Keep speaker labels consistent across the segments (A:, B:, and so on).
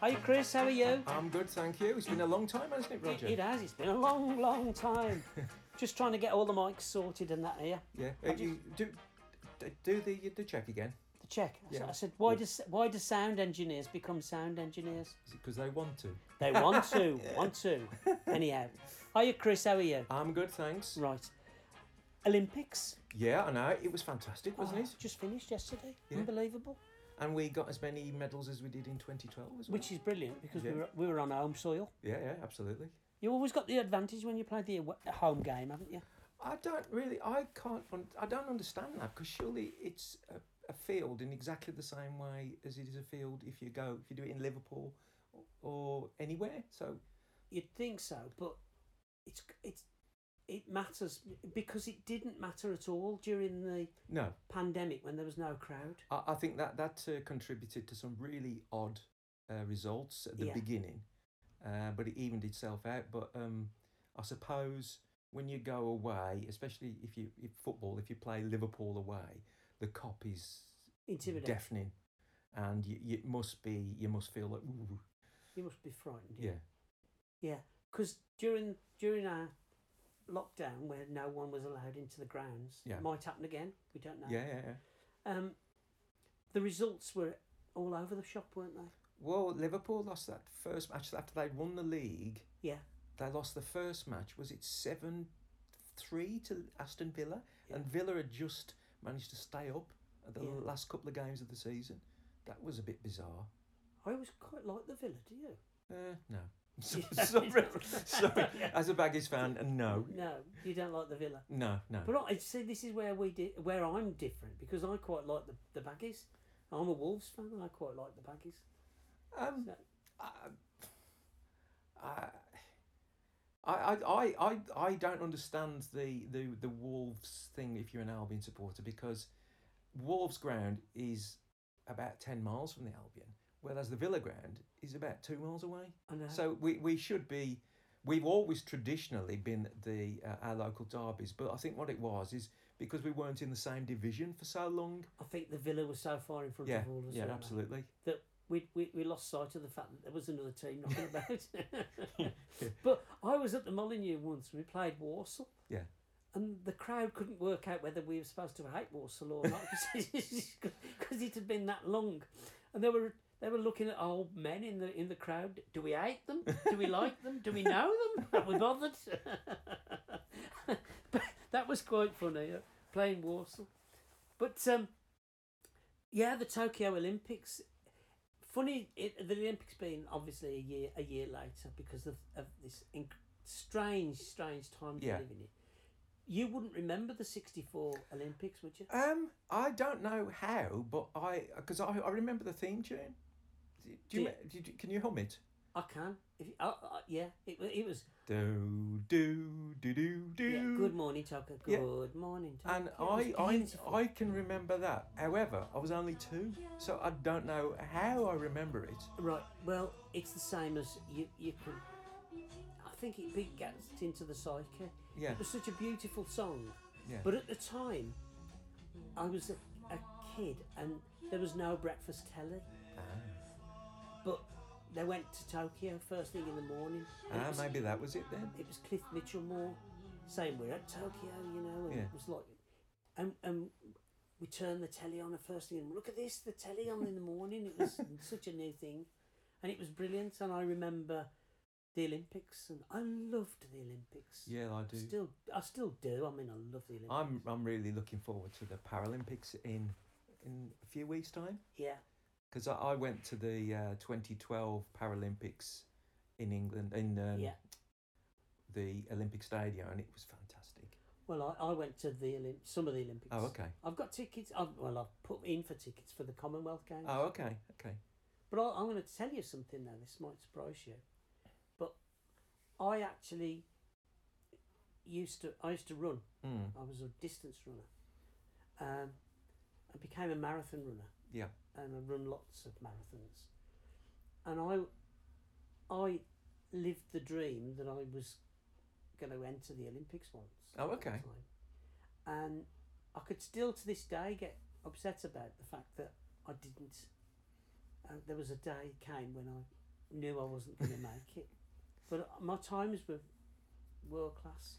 A: Hi, Chris. How are you?
B: I'm good, thank you. It's been a long time, hasn't it,
A: It,
B: Roger?
A: it has. It's been a long, long time. Just trying to get all the mics sorted and that here.
B: Yeah. Uh, you- do, d- do the the check again.
A: The check. I said-
B: Yeah.
A: I said, why does why do sound engineers become sound engineers?
B: Is it because they want to?
A: They want to, want to. Anyhow, are you, Chris? How are you?
B: I'm good, thanks.
A: Right. Olympics.
B: Yeah, I know. It was fantastic, wasn't
A: Oh,
B: it?
A: Just finished yesterday.
B: Ah. Yeah.
A: Unbelievable.
B: And we got as many medals as we did in 2012 as well.
A: Oh. Which is brilliant because
B: Yeah.
A: we were we were on home soil.
B: yeah, yeah, absolutely.
A: You always got the advantage when you play the awa- home game, haven't you?
B: I don't really, I can't, un- I don't understand that because surely it's a, a field in exactly the same way as it is a field if you go, if you do it in Liverpool or, or anywhere. So
A: You'd think so, but it's it's it matters because it didn't matter at all during the
B: no,
A: pandemic when there was no crowd.
B: I, I think that that uh, contributed to some really odd uh, results at the
A: Yeah.
B: beginning, uh, but it evened itself out. But um, I suppose when you go away, especially if you if football, if you play Liverpool away, the cop is
A: Intimidating.
B: deafening, and you, you it must be you must feel like ooh,
A: You must be frightened.
B: yeah
A: Yeah, because during during our lockdown, where no one was allowed into the grounds,
B: Yeah.
A: might happen again. We don't know.
B: yeah yeah yeah.
A: Um, the results were all over the shop, weren't they?
B: Well, Liverpool lost that first match after they won the league.
A: Yeah.
B: They lost the first match. Was it seven three to Aston Villa?
A: Yeah.
B: And Villa had just managed to stay up at the
A: Yeah.
B: last couple of games of the season. That was a bit bizarre.
A: I always quite like the Villa. Do you?
B: Uh, no. sorry, sorry. As a Baggies fan, and no,
A: No, you don't like the Villa.
B: no, no.
A: But I see this is where we di- where I'm different because I quite like the the baggies. I'm a Wolves fan and I quite like the baggies.
B: Um,
A: So-
B: I, I, I, I, I, I don't understand the, the, the Wolves thing if you're an Albion supporter because Wolves ground is about 10 miles from the Albion, whereas the Villa ground is about two miles away.
A: I know.
B: So we, we should be, we've always traditionally been the uh, our local derbies, but I think what it was is because we weren't in the same division for so long.
A: I think the Villa was so far in front
B: Yeah,
A: of all of us. uh,
B: yeah,
A: weren't they?
B: absolutely.
A: that we, we, we lost sight of the fact that there was another team knocking about. but I was at the Molyneux once and we played Warsaw.
B: Yeah.
A: And the crowd couldn't work out whether we were supposed to hate Warsaw or not because it had been that long. And they were they were looking at old men in the in the crowd. Do we hate them? Do we like them? Do we know them? Are we bothered? but that was quite funny uh, playing Warsaw. But um, yeah, the Tokyo Olympics funny it, the Olympics being obviously a year a year later because of, of this inc- strange strange time
B: Yeah.
A: we're living in. You wouldn't remember the '64 Olympics, would you?
B: Um, I don't know how, but I because I, I remember the theme tune. Do do you,
A: Do
B: do you- can you hum it?
A: I can. If you, I, I, yeah, it, wa- it was.
B: Do do do do do.
A: Yeah, good morning, Tokyo.
B: Yeah. Uh,
A: Good morning, Tokyo.
B: And
A: It was
B: I, I
A: beautiful.
B: I can remember that. However, I was only two, so I don't know how I remember it.
A: Right. Well, it's the same as you. You can. I think it big gets into the psyche.
B: Yeah.
A: It was such a beautiful song.
B: Yeah.
A: But at the time, I was a, a kid and there was no breakfast telly.
B: Ah,
A: But they went to Tokyo first thing in the morning. and it
B: Ah,
A: was-
B: maybe that was it then.
A: it was Cliff Mitchell Moore saying we're at Tokyo, you know, and
B: Yeah.
A: it was like, and and we turned the telly on the first thing and look at this, the telly on in the morning. It was such a new thing, and it was brilliant. And I remember the Olympics, and I loved the Olympics.
B: Yeah, I do.
A: Still, I still do. I mean, I love the Olympics.
B: I'm I'm really looking forward to the Paralympics in in a few weeks' time.
A: yeah,
B: because I, I went to the uh, 2012 Paralympics in England in um,
A: Yeah.
B: the Olympic Stadium, and it was fantastic.
A: well, I, I went to the Olymp- some of the Olympics.
B: Oh, okay.
A: I've got tickets. I've, well, I've put in for tickets for the Commonwealth Games.
B: Oh, okay, okay.
A: But I, I'm going to tell you something now. This might surprise you, but I actually used to. I used to run.
B: Hmm.
A: I was a distance runner. Um, I became a marathon runner,
B: Yeah,
A: and I run lots of marathons. And I, I lived the dream that I was going to enter the Olympics once.
B: Oh,
A: at one
B: okay.
A: time. And I could still to this day get upset about the fact that I didn't. Uh, there was a day came when I knew I wasn't going to make it. But my times were world class.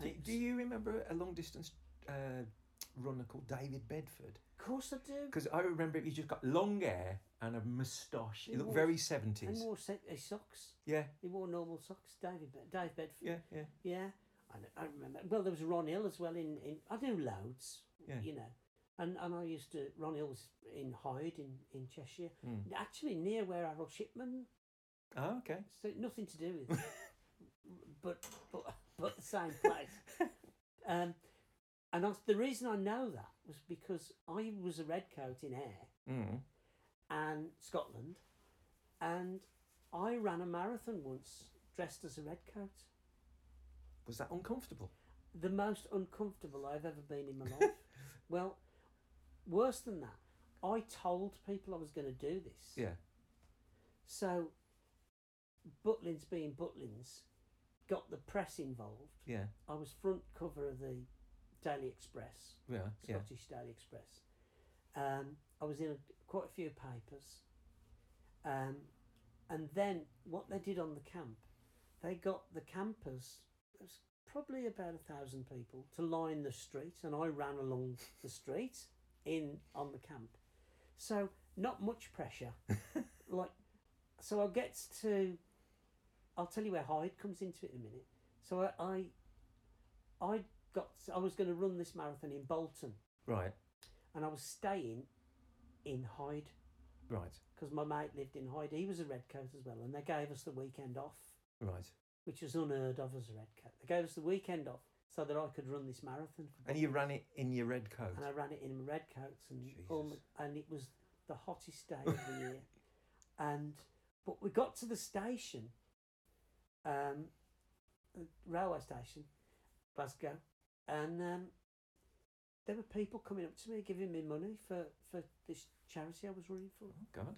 B: Do,
A: And Oh, it
B: do
A: was-
B: you remember a long distance uh, runner called David Bedford?
A: Of course I do.
B: Because I remember he just got long hair and a moustache. He
A: He
B: looked
A: was.
B: very
A: And
B: 70s.
A: wore se- uh, socks.
B: Yeah,
A: He wore normal socks. David, Bed- Dave Bedford.
B: yeah, yeah.
A: Yeah, I, kn- I remember. Well, there was Ron Hill as well. In, in I knew loads,
B: Yeah.
A: you know, and and I used to Ron Hill was in Hyde in in Cheshire,
B: Mm.
A: actually near where Harold Shipman.
B: Oh, okay.
A: So nothing to do with, but but but the same place. um, and I, was- the reason I know that was because I was a redcoat in Air
B: Mm.
A: and Scotland, and I ran a marathon once dressed as a redcoat.
B: Was that uncomfortable?
A: the most uncomfortable I've ever been in my life. well, worse than that, I told people I was going to do this.
B: Yeah.
A: So, Butlins being Butlins, got the press involved.
B: Yeah.
A: I was front cover of the Daily Express,
B: Yeah. Yeah.
A: Scottish Daily Express. Um, I was in a, quite a few papers. Um, and then what they did on the camp, they got the campers, it was probably about a thousand people, to line the street, and I ran along the street in on the camp. So not much pressure. like, so I get to, I'll tell you where Hyde comes into it in a minute. So I, I, I got, I was going to run this marathon in Bolton,
B: Right.
A: and I was staying in Hyde
B: Right.
A: because my mate lived in Hyde. He was a redcoat as well, and they gave us the weekend off,
B: Right.
A: which was unheard of as a redcoat. They gave us the weekend off so that I could run this marathon. for
B: And you ran it in your red coat.
A: and I ran it in my red coats and all
B: Jesus.
A: my, and it was the hottest day of the year. And but we got to the station, um, the railway station, Glasgow, and um, there were people coming up to me giving me money for for this charity I was running for.
B: Oh, God.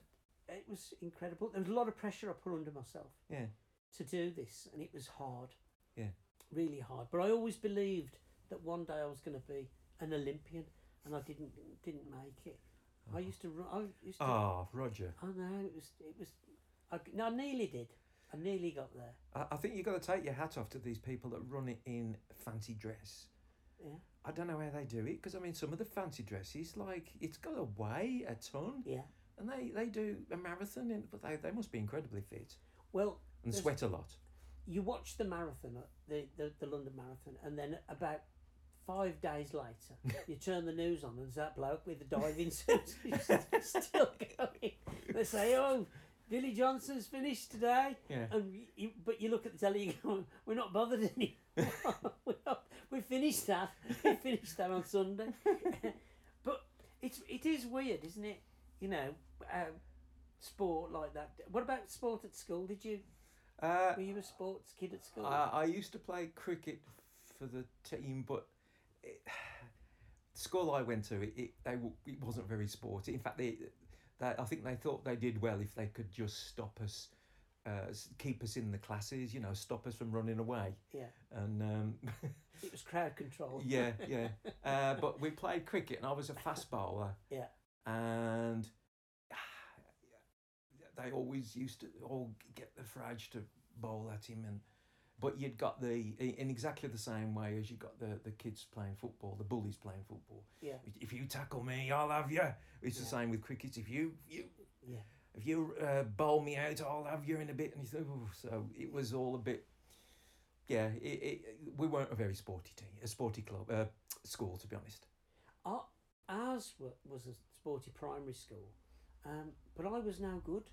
A: It was incredible. There was a lot of pressure I put under myself
B: Yeah.
A: to do this, and it was hard.
B: Yeah.
A: Really hard. But I always believed that one day I was going to be an Olympian, and I didn't didn't make it. I used to run. I used to.
B: Uh-huh. Oh, Roger.
A: I know it was it was. I, no, I nearly did. I nearly got there.
B: I, I think you've got to take your hat off to these people that run it in fancy dress.
A: Yeah.
B: I don't know how they do it because I mean, some of the fancy dresses, like, it's got to weigh a ton.
A: Yeah.
B: And they, they do a marathon, in, but they, they must be incredibly fit
A: Well,
B: and
A: There's-
B: sweat a lot.
A: you watch the marathon, uh, the, the the London Marathon, and then about five days later, you turn the news on, and there's that bloke with the diving suit who's still going. They say, "Oh, Billy Johnson's finished today."
B: Yeah.
A: And you, but you look at the telly, you go, we're not bothered anymore. We're not- we finished that. We finished that on Sunday. but it's it is weird, isn't it? You know, um, sport like that. What about sport at school? Did you
B: Uh,
A: were you a sports kid at school?
B: I, I used to play cricket for the team, but it, the school I went to, it, it they w- it wasn't very sporty. In fact, they, they I think they thought they did well if they could just stop us, uh, s- keep us in the classes. You know, stop us from running away.
A: yeah,
B: And um,
A: it was crowd control.
B: yeah, yeah. Uh, but we played cricket, and I was a fast bowler.
A: Yeah.
B: And they always used to all get the Fraj to bowl at him, and but you'd got the in exactly the same way as you got the the kids playing football, the bullies playing football.
A: Yeah.
B: If you tackle me, I'll have you. It's the
A: Yeah.
B: same with cricket. If you you.
A: Yeah.
B: If you uh, bowl me out, I'll have you in a bit. And he said, "Ooh," so it was all a bit, yeah. It, it, we weren't a very sporty team, a sporty club, uh, school to be honest.
A: Our, ours were, was a sporty primary school, um, but I was no good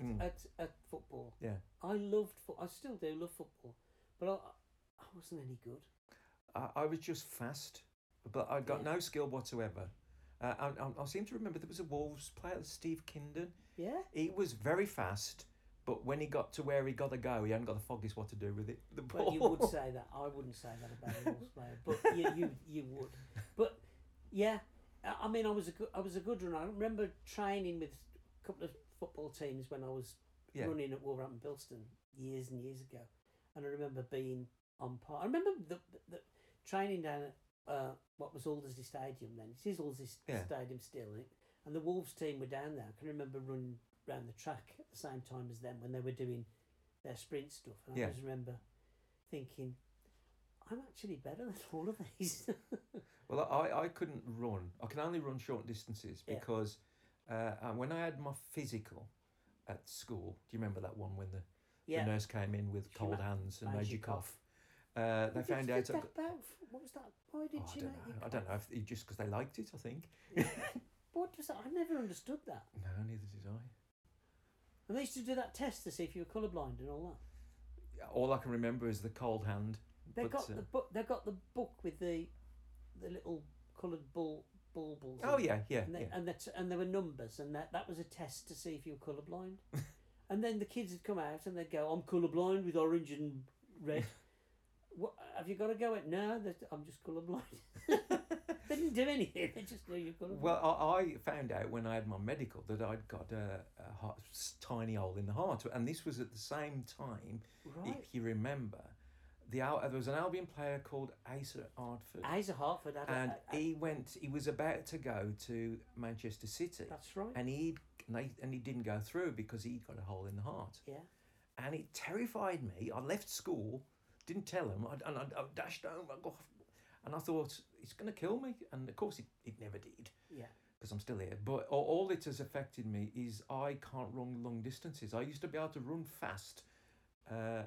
A: at,
B: Mm.
A: at, at football.
B: Yeah.
A: I loved foot. I still do love football, but I, I wasn't any good.
B: I, I was just fast, but I got
A: Yeah.
B: no skill whatsoever. Uh, I, I, I seem to remember there was a Wolves player, Steve Kindon.
A: Yeah.
B: He was very fast, but when he got to where he got to go, he hadn't got the foggiest what to do with it. The ball.
A: Well, you would say that. I wouldn't say that about a Wolves player, but you, you you would. But yeah, I I mean, I was a good I was a good runner. I remember training with a couple of football teams when I was
B: Yeah.
A: running at Wolverhampton Bilston years and years ago, and I remember being on par. I remember the the, the training down at uh, what was Aldersey Stadium then. It is Aldersey
B: Yeah.
A: Stadium still, and, it, and the Wolves team were down there. I can remember running round the track at the same time as them when they were doing their sprint stuff. And I
B: Yeah.
A: just remember thinking, I'm actually better than all of these.
B: Well, I, I couldn't run. I can only run short distances
A: Yeah.
B: because uh, uh, when I had my physical at school, do you remember that one when the,
A: yeah.
B: the nurse came in with
A: She
B: cold
A: ma-
B: hands and
A: made
B: made
A: you
B: you cough? Uh, they
A: Did
B: found
A: you
B: out.
A: get
B: I,
A: that back? What was that? Why did
B: oh, I
A: she
B: don't know.
A: make you
B: I don't know if it- just because they liked it. I think.
A: What was that? I never understood that.
B: No, neither did I.
A: And they used to do that test to see if you were colourblind and all that.
B: All I can remember is the cold hand.
A: They
B: But,
A: got
B: uh,
A: the book. They got the book with the the little coloured ball baubles.
B: Oh
A: in it.
B: yeah, yeah,
A: and they,
B: yeah.
A: and, that, and there were numbers, and that, that was a test to see if you were colourblind. and then the kids would come out and they'd go, "I'm colourblind with orange and red." what have you got to go at? No, that- I'm just colourblind. they didn't do anything. They just knew you're colourblind.
B: Well, I, I found out when I had my medical that I'd got a, a heart, s- tiny hole in the heart, and this was at the same time,
A: right.
B: if you remember, the Al- there was an Albion player called Asa Ardford,
A: Isa Hartford had a-
B: and
A: a- a-
B: he went. He was about to go to Manchester City,
A: that's right.
B: and he and he didn't go through because he got a hole in the heart.
A: yeah.
B: and it terrified me. I left school, didn't tell him, I, and I, I dashed home. I got, and I thought it's going to kill me, and of course it, it never did
A: Yeah.
B: because I'm still here. But all, all it has affected me is I can't run long distances. I used to be able to run fast, uh,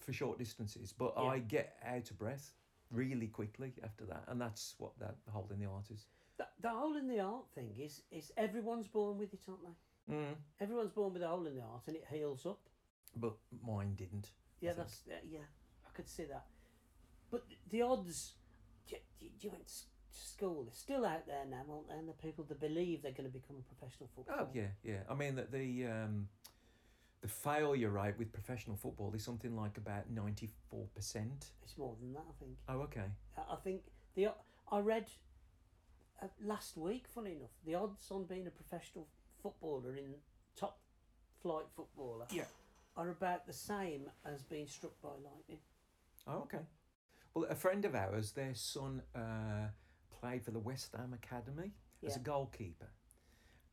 B: for short distances, but
A: Yeah.
B: I get out of breath really quickly after that, and that's what that hole in the heart is.
A: That, the hole in the heart thing is is everyone's born with it, aren't they?
B: Mm.
A: Everyone's born with a hole in the heart, and it heals up.
B: But mine didn't.
A: Yeah,
B: think.
A: that's uh, yeah. I could see that, but th- the odds. You, you went to s- to school. They're still out there now, aren't they? And the people that believe they're going to become a professional footballer.
B: Oh yeah, yeah. I mean that the um, the failure rate with professional football is something like about ninety four percent.
A: It's more than that, I think.
B: Oh okay.
A: I- I think the o- I read uh, last week. Funny enough, the odds on being a professional footballer in top flight footballer
B: Yeah.
A: are about the same as being struck by lightning.
B: Oh okay. Well, a friend of ours, their son uh, played for the West Ham Academy as a
A: Yeah.
B: goalkeeper,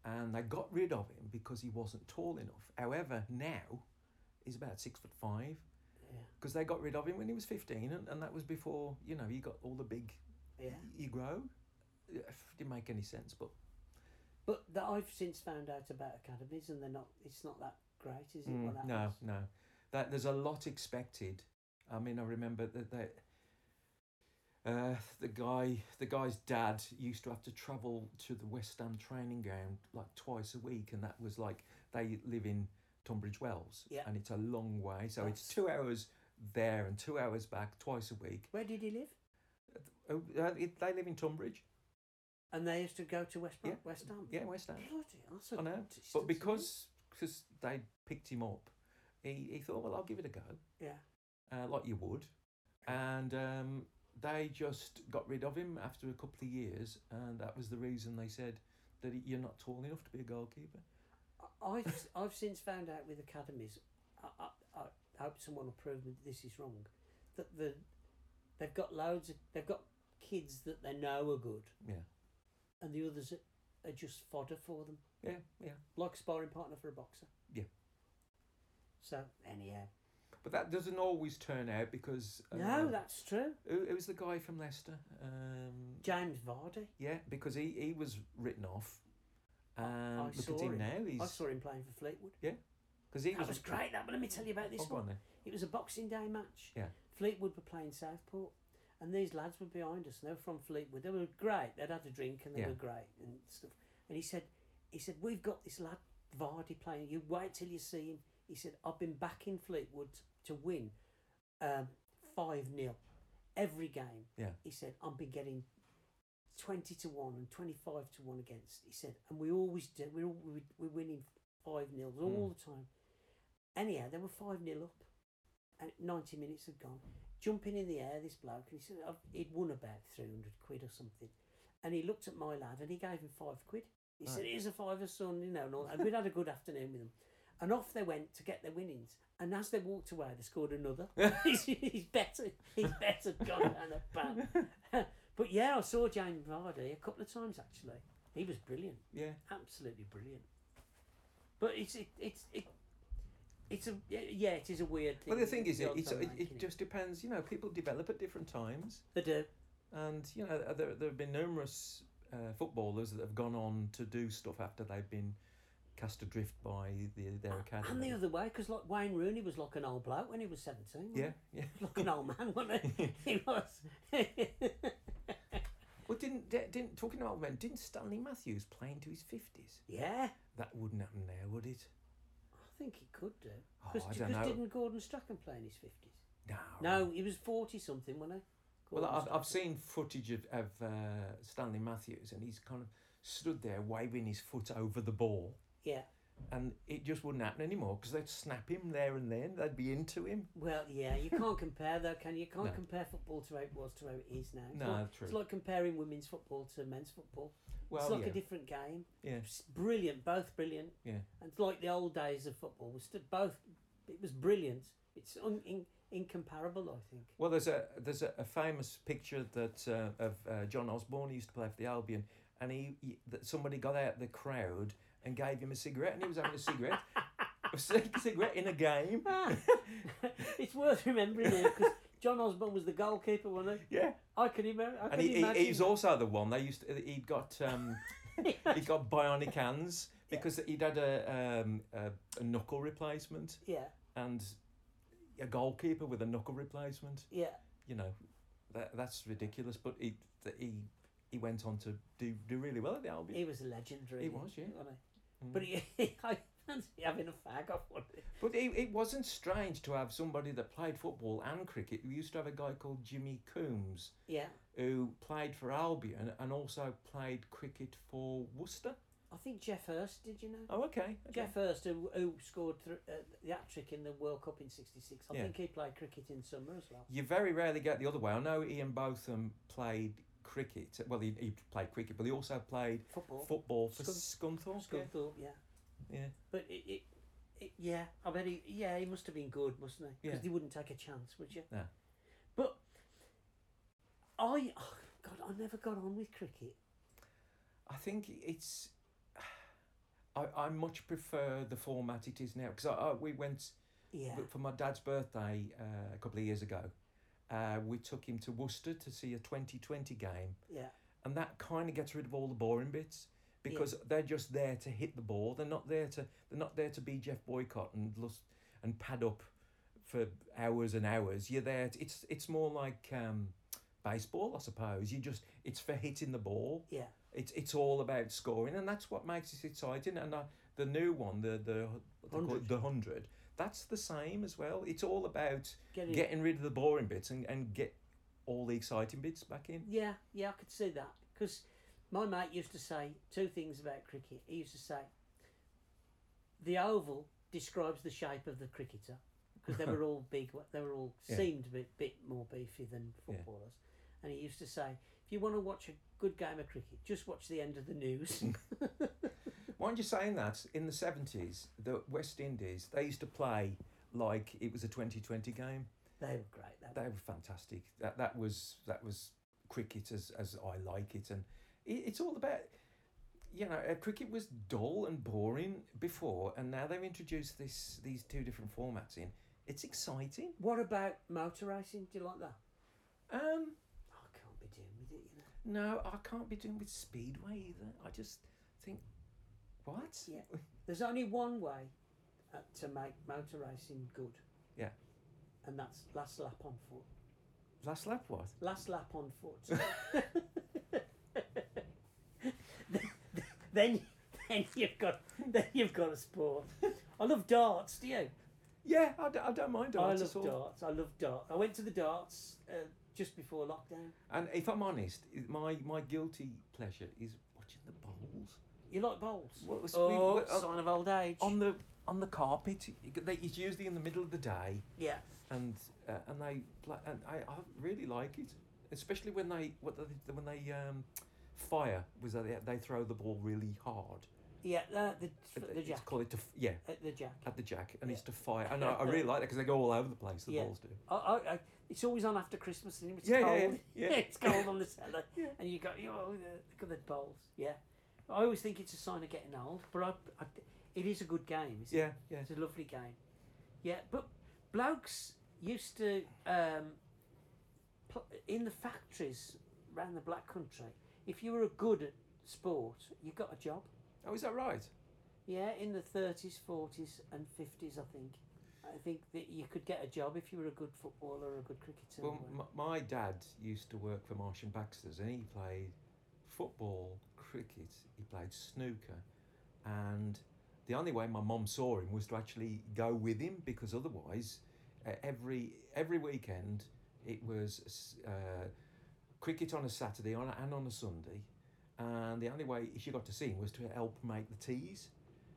B: and they got rid of him because he wasn't tall enough. However, now he's about six foot five
A: Yeah,
B: because they got rid of him when he was fifteen, and, and that was before you know he got all the big.
A: yeah.
B: You grow. It didn't make any sense, but
A: But that I've since found out about academies, and they're not. It's not that great, is it?
B: Mm,
A: what
B: no,
A: happens?
B: no. That there's a lot expected. I mean, I remember that that uh, the guy, the guy's dad, used to have to travel to the West Ham training ground like twice a week, and that was like they live in Tunbridge Wells,
A: Yeah.
B: and it's a long way, so
A: That's-
B: it's two hours there and two hours back twice a week.
A: Where did he live?
B: Oh, uh, it, they live in Tunbridge,
A: And they used to go to West Brom,
B: Yeah.
A: West Ham.
B: yeah, West Ham.
A: Bloody, that's a
B: I know,
A: distance,
B: But
A: isn't it?
B: because cause they picked him up, he, he thought, well, I'll give it a go.
A: yeah,
B: uh, like you would. And um, they just got rid of him after a couple of years, and that was the reason they said that he- you're not tall enough to be a goalkeeper.
A: I- I've I've since found out with academies. I, I, I hope someone will prove that this is wrong. That the they've got loads. Of, they've got kids that they know are good,
B: Yeah,
A: and the others are, are just fodder for them,
B: yeah, yeah.
A: like sparring partner for a boxer.
B: Yeah.
A: So anyhow,
B: But that doesn't always turn out because uh,
A: no, that's true.
B: who, who was the guy from Leicester? Um,
A: James Vardy.
B: yeah, because he, he was written off, and
A: I
B: look
A: saw
B: at him,
A: him.
B: now. He's
A: I saw him playing for Fleetwood.
B: because he
A: That
B: was,
A: was, great. That, but let me tell you about this one.
B: Oh, go on then.
A: It was a Boxing Day match.
B: Yeah.
A: Fleetwood were playing Southport, and these lads were behind us, and they were from Fleetwood. They were great. They'd had a drink, and they
B: Yeah.
A: were great and stuff. And he said, he said, we've got this lad Vardy playing. You wait till you see him. He said, I've been backing Fleetwood to win um, five 0 every game.
B: Yeah.
A: He said, I've been getting. 20 to 1 and 25 to 1 against he said and we always do we're, all, we're, we're winning 5 nils all
B: Hmm.
A: the time anyhow they were 5 nil up and 90 minutes had gone, jumping in the air, this bloke, and he said "I've- he'd won about 300 quid or something. And he looked at my lad and he gave him five quid. He said,
B: Right.
A: Here's a fiver, son, you know, and, all that. and we'd had a good afternoon with them. And off they went to get their winnings. And as they walked away, they scored another. he's, he's better, he's better gone than a bad. but yeah, I saw James Vardy a couple of times actually. He was brilliant,
B: yeah.
A: absolutely brilliant. But it's it, it's it, it's a yeah, it is a weird thing.
B: Well, the thing is, it,
A: odd
B: it's, it,
A: timeline, isn't
B: it just depends. You know, people develop at different times,
A: they do.
B: and you know, there there have been numerous uh, footballers that have gone on to do stuff after they've been cast adrift by the, their academy.
A: Oh, And the other way, because like Wayne Rooney was like an old bloke when he was seventeen. wasn't
B: yeah, yeah.
A: he? like an old man, wasn't he? he was.
B: Well, didn't di- didn't talking about men? Didn't Stanley Matthews play into his fifties?
A: yeah,
B: That wouldn't happen now, would it?
A: I think he could do.
B: Oh,
A: Because
B: I don't know.
A: didn't Gordon Strachan play in his fifties?
B: No.
A: No, he was forty something, wasn't he?
B: Well,
A: Gordon
B: I've, I've
A: Strachan.
B: seen footage of, of uh, Stanley Matthews, and he's kind of stood there waving his foot over the ball,
A: Yeah.
B: and it just wouldn't happen anymore because they'd snap him there and then. They'd be into him.
A: Well, yeah, you can't compare though, can you? You can't
B: No.
A: compare football to how it was to how it is now. It's
B: No,
A: like,
B: true.
A: It's like comparing women's football to men's football.
B: Well,
A: it's like
B: yeah,
A: a different game.
B: yeah,
A: It's brilliant, both brilliant.
B: yeah.
A: And it's like the old days of football. We stood both. It was brilliant. It's un, in, incomparable, I think.
B: Well, there's a there's a, a famous picture that uh, of uh, John Osborne he used to play for the Albion, and he, he that somebody got out the crowd and gave him a cigarette, and he was having a cigarette, a c- cigarette in a game.
A: it's worth remembering now because John Osborne was the goalkeeper, wasn't he?
B: Yeah,
A: I can remember. I can
B: and he, he,
A: imagine.
B: he was also the one they used. To, he'd got um, he got bionic hands because he'd had a um a, a knuckle replacement
A: yeah,
B: and a goalkeeper with a knuckle replacement.
A: yeah.
B: you know, that that's ridiculous. But he th- he he went on to do do really well at the Albion.
A: He was a legend, really.
B: He was, yeah.
A: wasn't he?
B: Mm.
A: But he, I fancy having a fag off one.
B: but it, it wasn't strange to have somebody that played football and cricket. We used to have a guy called Jimmy Coombs
A: Yeah,
B: who played for Albion and also played cricket for Worcester.
A: I think Jeff Hurst. Did you know?
B: Oh, okay. okay.
A: Jeff Hurst, who, who scored th- uh, the hat trick in the World Cup in '66, I
B: Yeah.
A: think he played cricket in summer as well.
B: You very rarely get the other way. I know Ian Botham played cricket. Well, he, he played cricket, but he also played
A: Football,
B: football for
A: Scun-
B: Scunthorpe. yeah.
A: Scunthorpe, yeah.
B: yeah.
A: But it, it, it, yeah, I bet he, yeah, he must have been good, mustn't he? Because
B: Yeah.
A: they wouldn't take a chance, would you?
B: No.
A: But I, oh God, I never got on with cricket.
B: I think it's. I, I much prefer the format it is now because I, I we went
A: Yeah,
B: for my dad's birthday uh, a couple of years ago. Uh, we took him to Worcester to see a twenty twenty game,
A: yeah,
B: and that kind of gets rid of all the boring bits because they're just there to hit the ball. They're not there to they're not there to be Jeff Boycott and lust and pad up for hours and hours. You're there. To, it's it's more like um, baseball, I suppose. You just it's for hitting the ball.
A: yeah,
B: It's it's all about scoring, and that's what makes it exciting. And uh, the new one, the the what they call it,
A: 100.
B: the hundred, that's the same as well. It's all about
A: getting.
B: getting rid of the boring bits and, and get all the exciting bits back in.
A: Yeah, yeah, I could see that because my mate used to say two things about cricket. He used to say the oval describes the shape of the cricketer because they were all big. wa- They were all
B: Yeah.
A: seemed a bit, bit more beefy than
B: Yeah.
A: footballers. And he used to say, if you want to watch a good game of cricket, just watch the end of the news.
B: Mm. Why aren't you saying that? In the seventies, the West Indies they used to play like it was a twenty twenty game.
A: they were great. They were.
B: They were fantastic. That that was that was cricket as as I like it, and it, it's all about. You know, uh, cricket was dull and boring before, and now they've introduced this these two different formats in. It's exciting.
A: What about motor racing? Do you like that?
B: Um,
A: I can't be doing with it, you know.
B: no, I can't be doing with speedway either. I just think, what?
A: Yeah. There's only one way uh, to make motor racing good.
B: Yeah.
A: And that's last lap on foot.
B: Last lap what?
A: Last lap on foot. then, then you've got, then you've got a sport. I love darts. Do you?
B: Yeah, I, d- I don't mind darts
A: I
B: at all.
A: love darts. I love darts. I went to the darts uh, just before lockdown.
B: And if I'm honest, i- my my guilty pleasure is watching the bowls.
A: You like bowls?
B: What was-
A: oh,
B: we- uh, we-
A: sign of old age.
B: on the on the carpet. you g- they- It's usually in the middle of the day,
A: yeah.
B: and uh, and they pla and I, I really like it, especially when they what they, when they um, fire was that they, they throw the ball really hard.
A: Yeah. Uh, the
B: It-
A: the
B: it's
A: jack.
B: called it to f- yeah
A: Uh, the jack.
B: at the jack, and
A: Yeah.
B: it's to fire. And I, I really like that because they go all over the place. The
A: Yeah.
B: balls do.
A: I, I, I, it's always on after Christmas and it's
B: Yeah, yeah,
A: cold.
B: yeah, yeah.
A: it's cold on the cellar.
B: Yeah.
A: And oh, you got, you know, look at the bowls. Yeah. I always think it's a sign of getting old, but I, I, It is a good game. Isn't
B: Yeah, yeah.
A: It? It's a lovely game. Yeah, but blokes used to um, pl- in the factories around the Black Country. If you were good at sport, you got a job.
B: Oh, is that right?
A: Yeah, in the thirties, forties, and fifties, I think. I think that you could get a job if you were a good footballer or a good cricketer.
B: Well, m- my dad used to work for Marsh and Baxter's, and he played football, cricket. He played snooker, and the only way my mum saw him was to actually go with him because otherwise, uh, every every weekend it was s- uh, cricket on a Saturday on a, and on a Sunday, and the only way she got to see him was to help make the teas.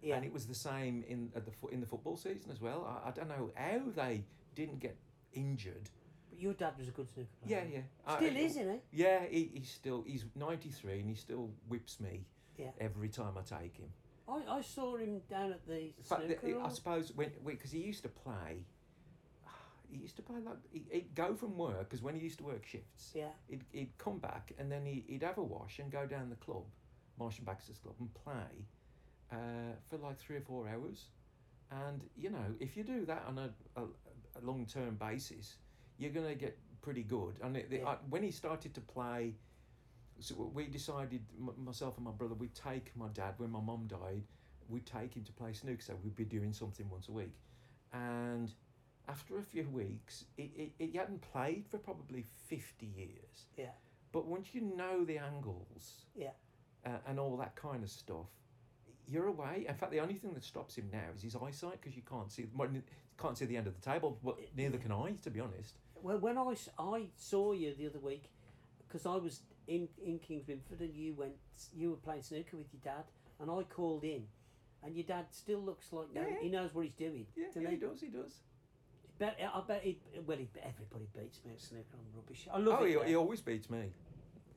A: yeah,
B: And it was the same in at the fo- in the football season as well. I, I don't know how they didn't get injured.
A: but your dad was a good snooker
B: Yeah,
A: player.
B: yeah.
A: Uh-huh. Still
B: I,
A: is, isn't he?
B: Yeah, he, he's still he's ninety three and he still whips me.
A: Yeah.
B: Every time I take him.
A: I, I saw him down at the
B: In fact,
A: snooker.
B: the- I
A: hall.
B: suppose when because he used to play. He used to play like he, he'd go from work because when he used to work shifts,
A: yeah,
B: he'd, he'd come back and then he, he'd have a wash and go down the club, Marsh and Baxter's club, and play, uh, for like three or four hours, and you know if you do that on a, a, a long term basis, you're gonna get pretty good. And it,
A: Yeah.
B: I, when he started to play, so we decided m- myself and my brother we'd take my dad when my mum died, we'd take him to play snooker, so we'd be doing something once a week, and after a few weeks, it, it, it hadn't played for probably 50 years.
A: yeah,
B: But once you know the angles
A: Yeah.
B: uh, and all that kind of stuff, you're away. In fact, the only thing that stops him now is his eyesight because you can't see well, n- can't see the end of the table. Well, neither can I, to be honest.
A: Well, when I, s- I saw you the other week, because I was in in Kings Winford and you went, you were playing snooker with your dad, and I called in, and your dad still looks like no,
B: Yeah, yeah.
A: he knows what he's doing.
B: Yeah,
A: doesn't
B: yeah,
A: he?
B: he does. He does.
A: Bet, I bet he. Well, he, everybody beats me at snooker. I'm rubbish. I love
B: oh,
A: it.
B: he,
A: though.
B: he always beats me,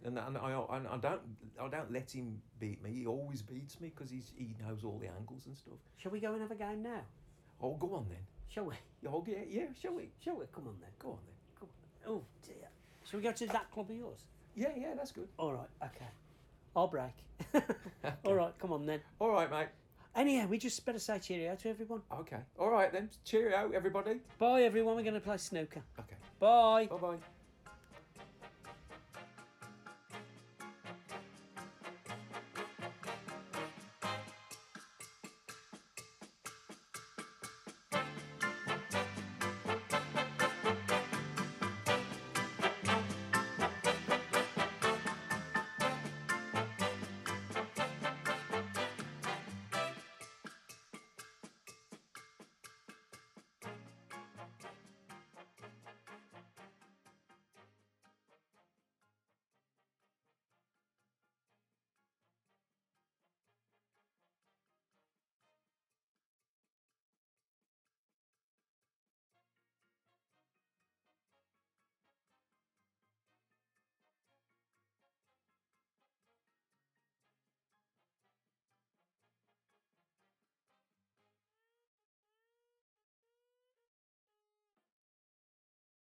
B: and and I and I don't I don't let him beat me. He always beats me because he's he knows all the angles and stuff.
A: Shall we go and have a game now?
B: Oh, go on then.
A: Shall we?
B: Oh, yeah, yeah. Shall we?
A: Shall we? Come on then.
B: Go on then.
A: Come on. Oh dear. Shall we go to that club of yours?
B: Yeah, yeah. That's good.
A: All right. Okay. I'll break. All right. Come on then.
B: All right, mate.
A: Anyhow, we just better say cheerio to everyone.
B: Okay. All right then. Cheerio, everybody.
A: Bye, everyone. We're going to play snooker.
B: Okay.
A: Bye.
B: Bye bye.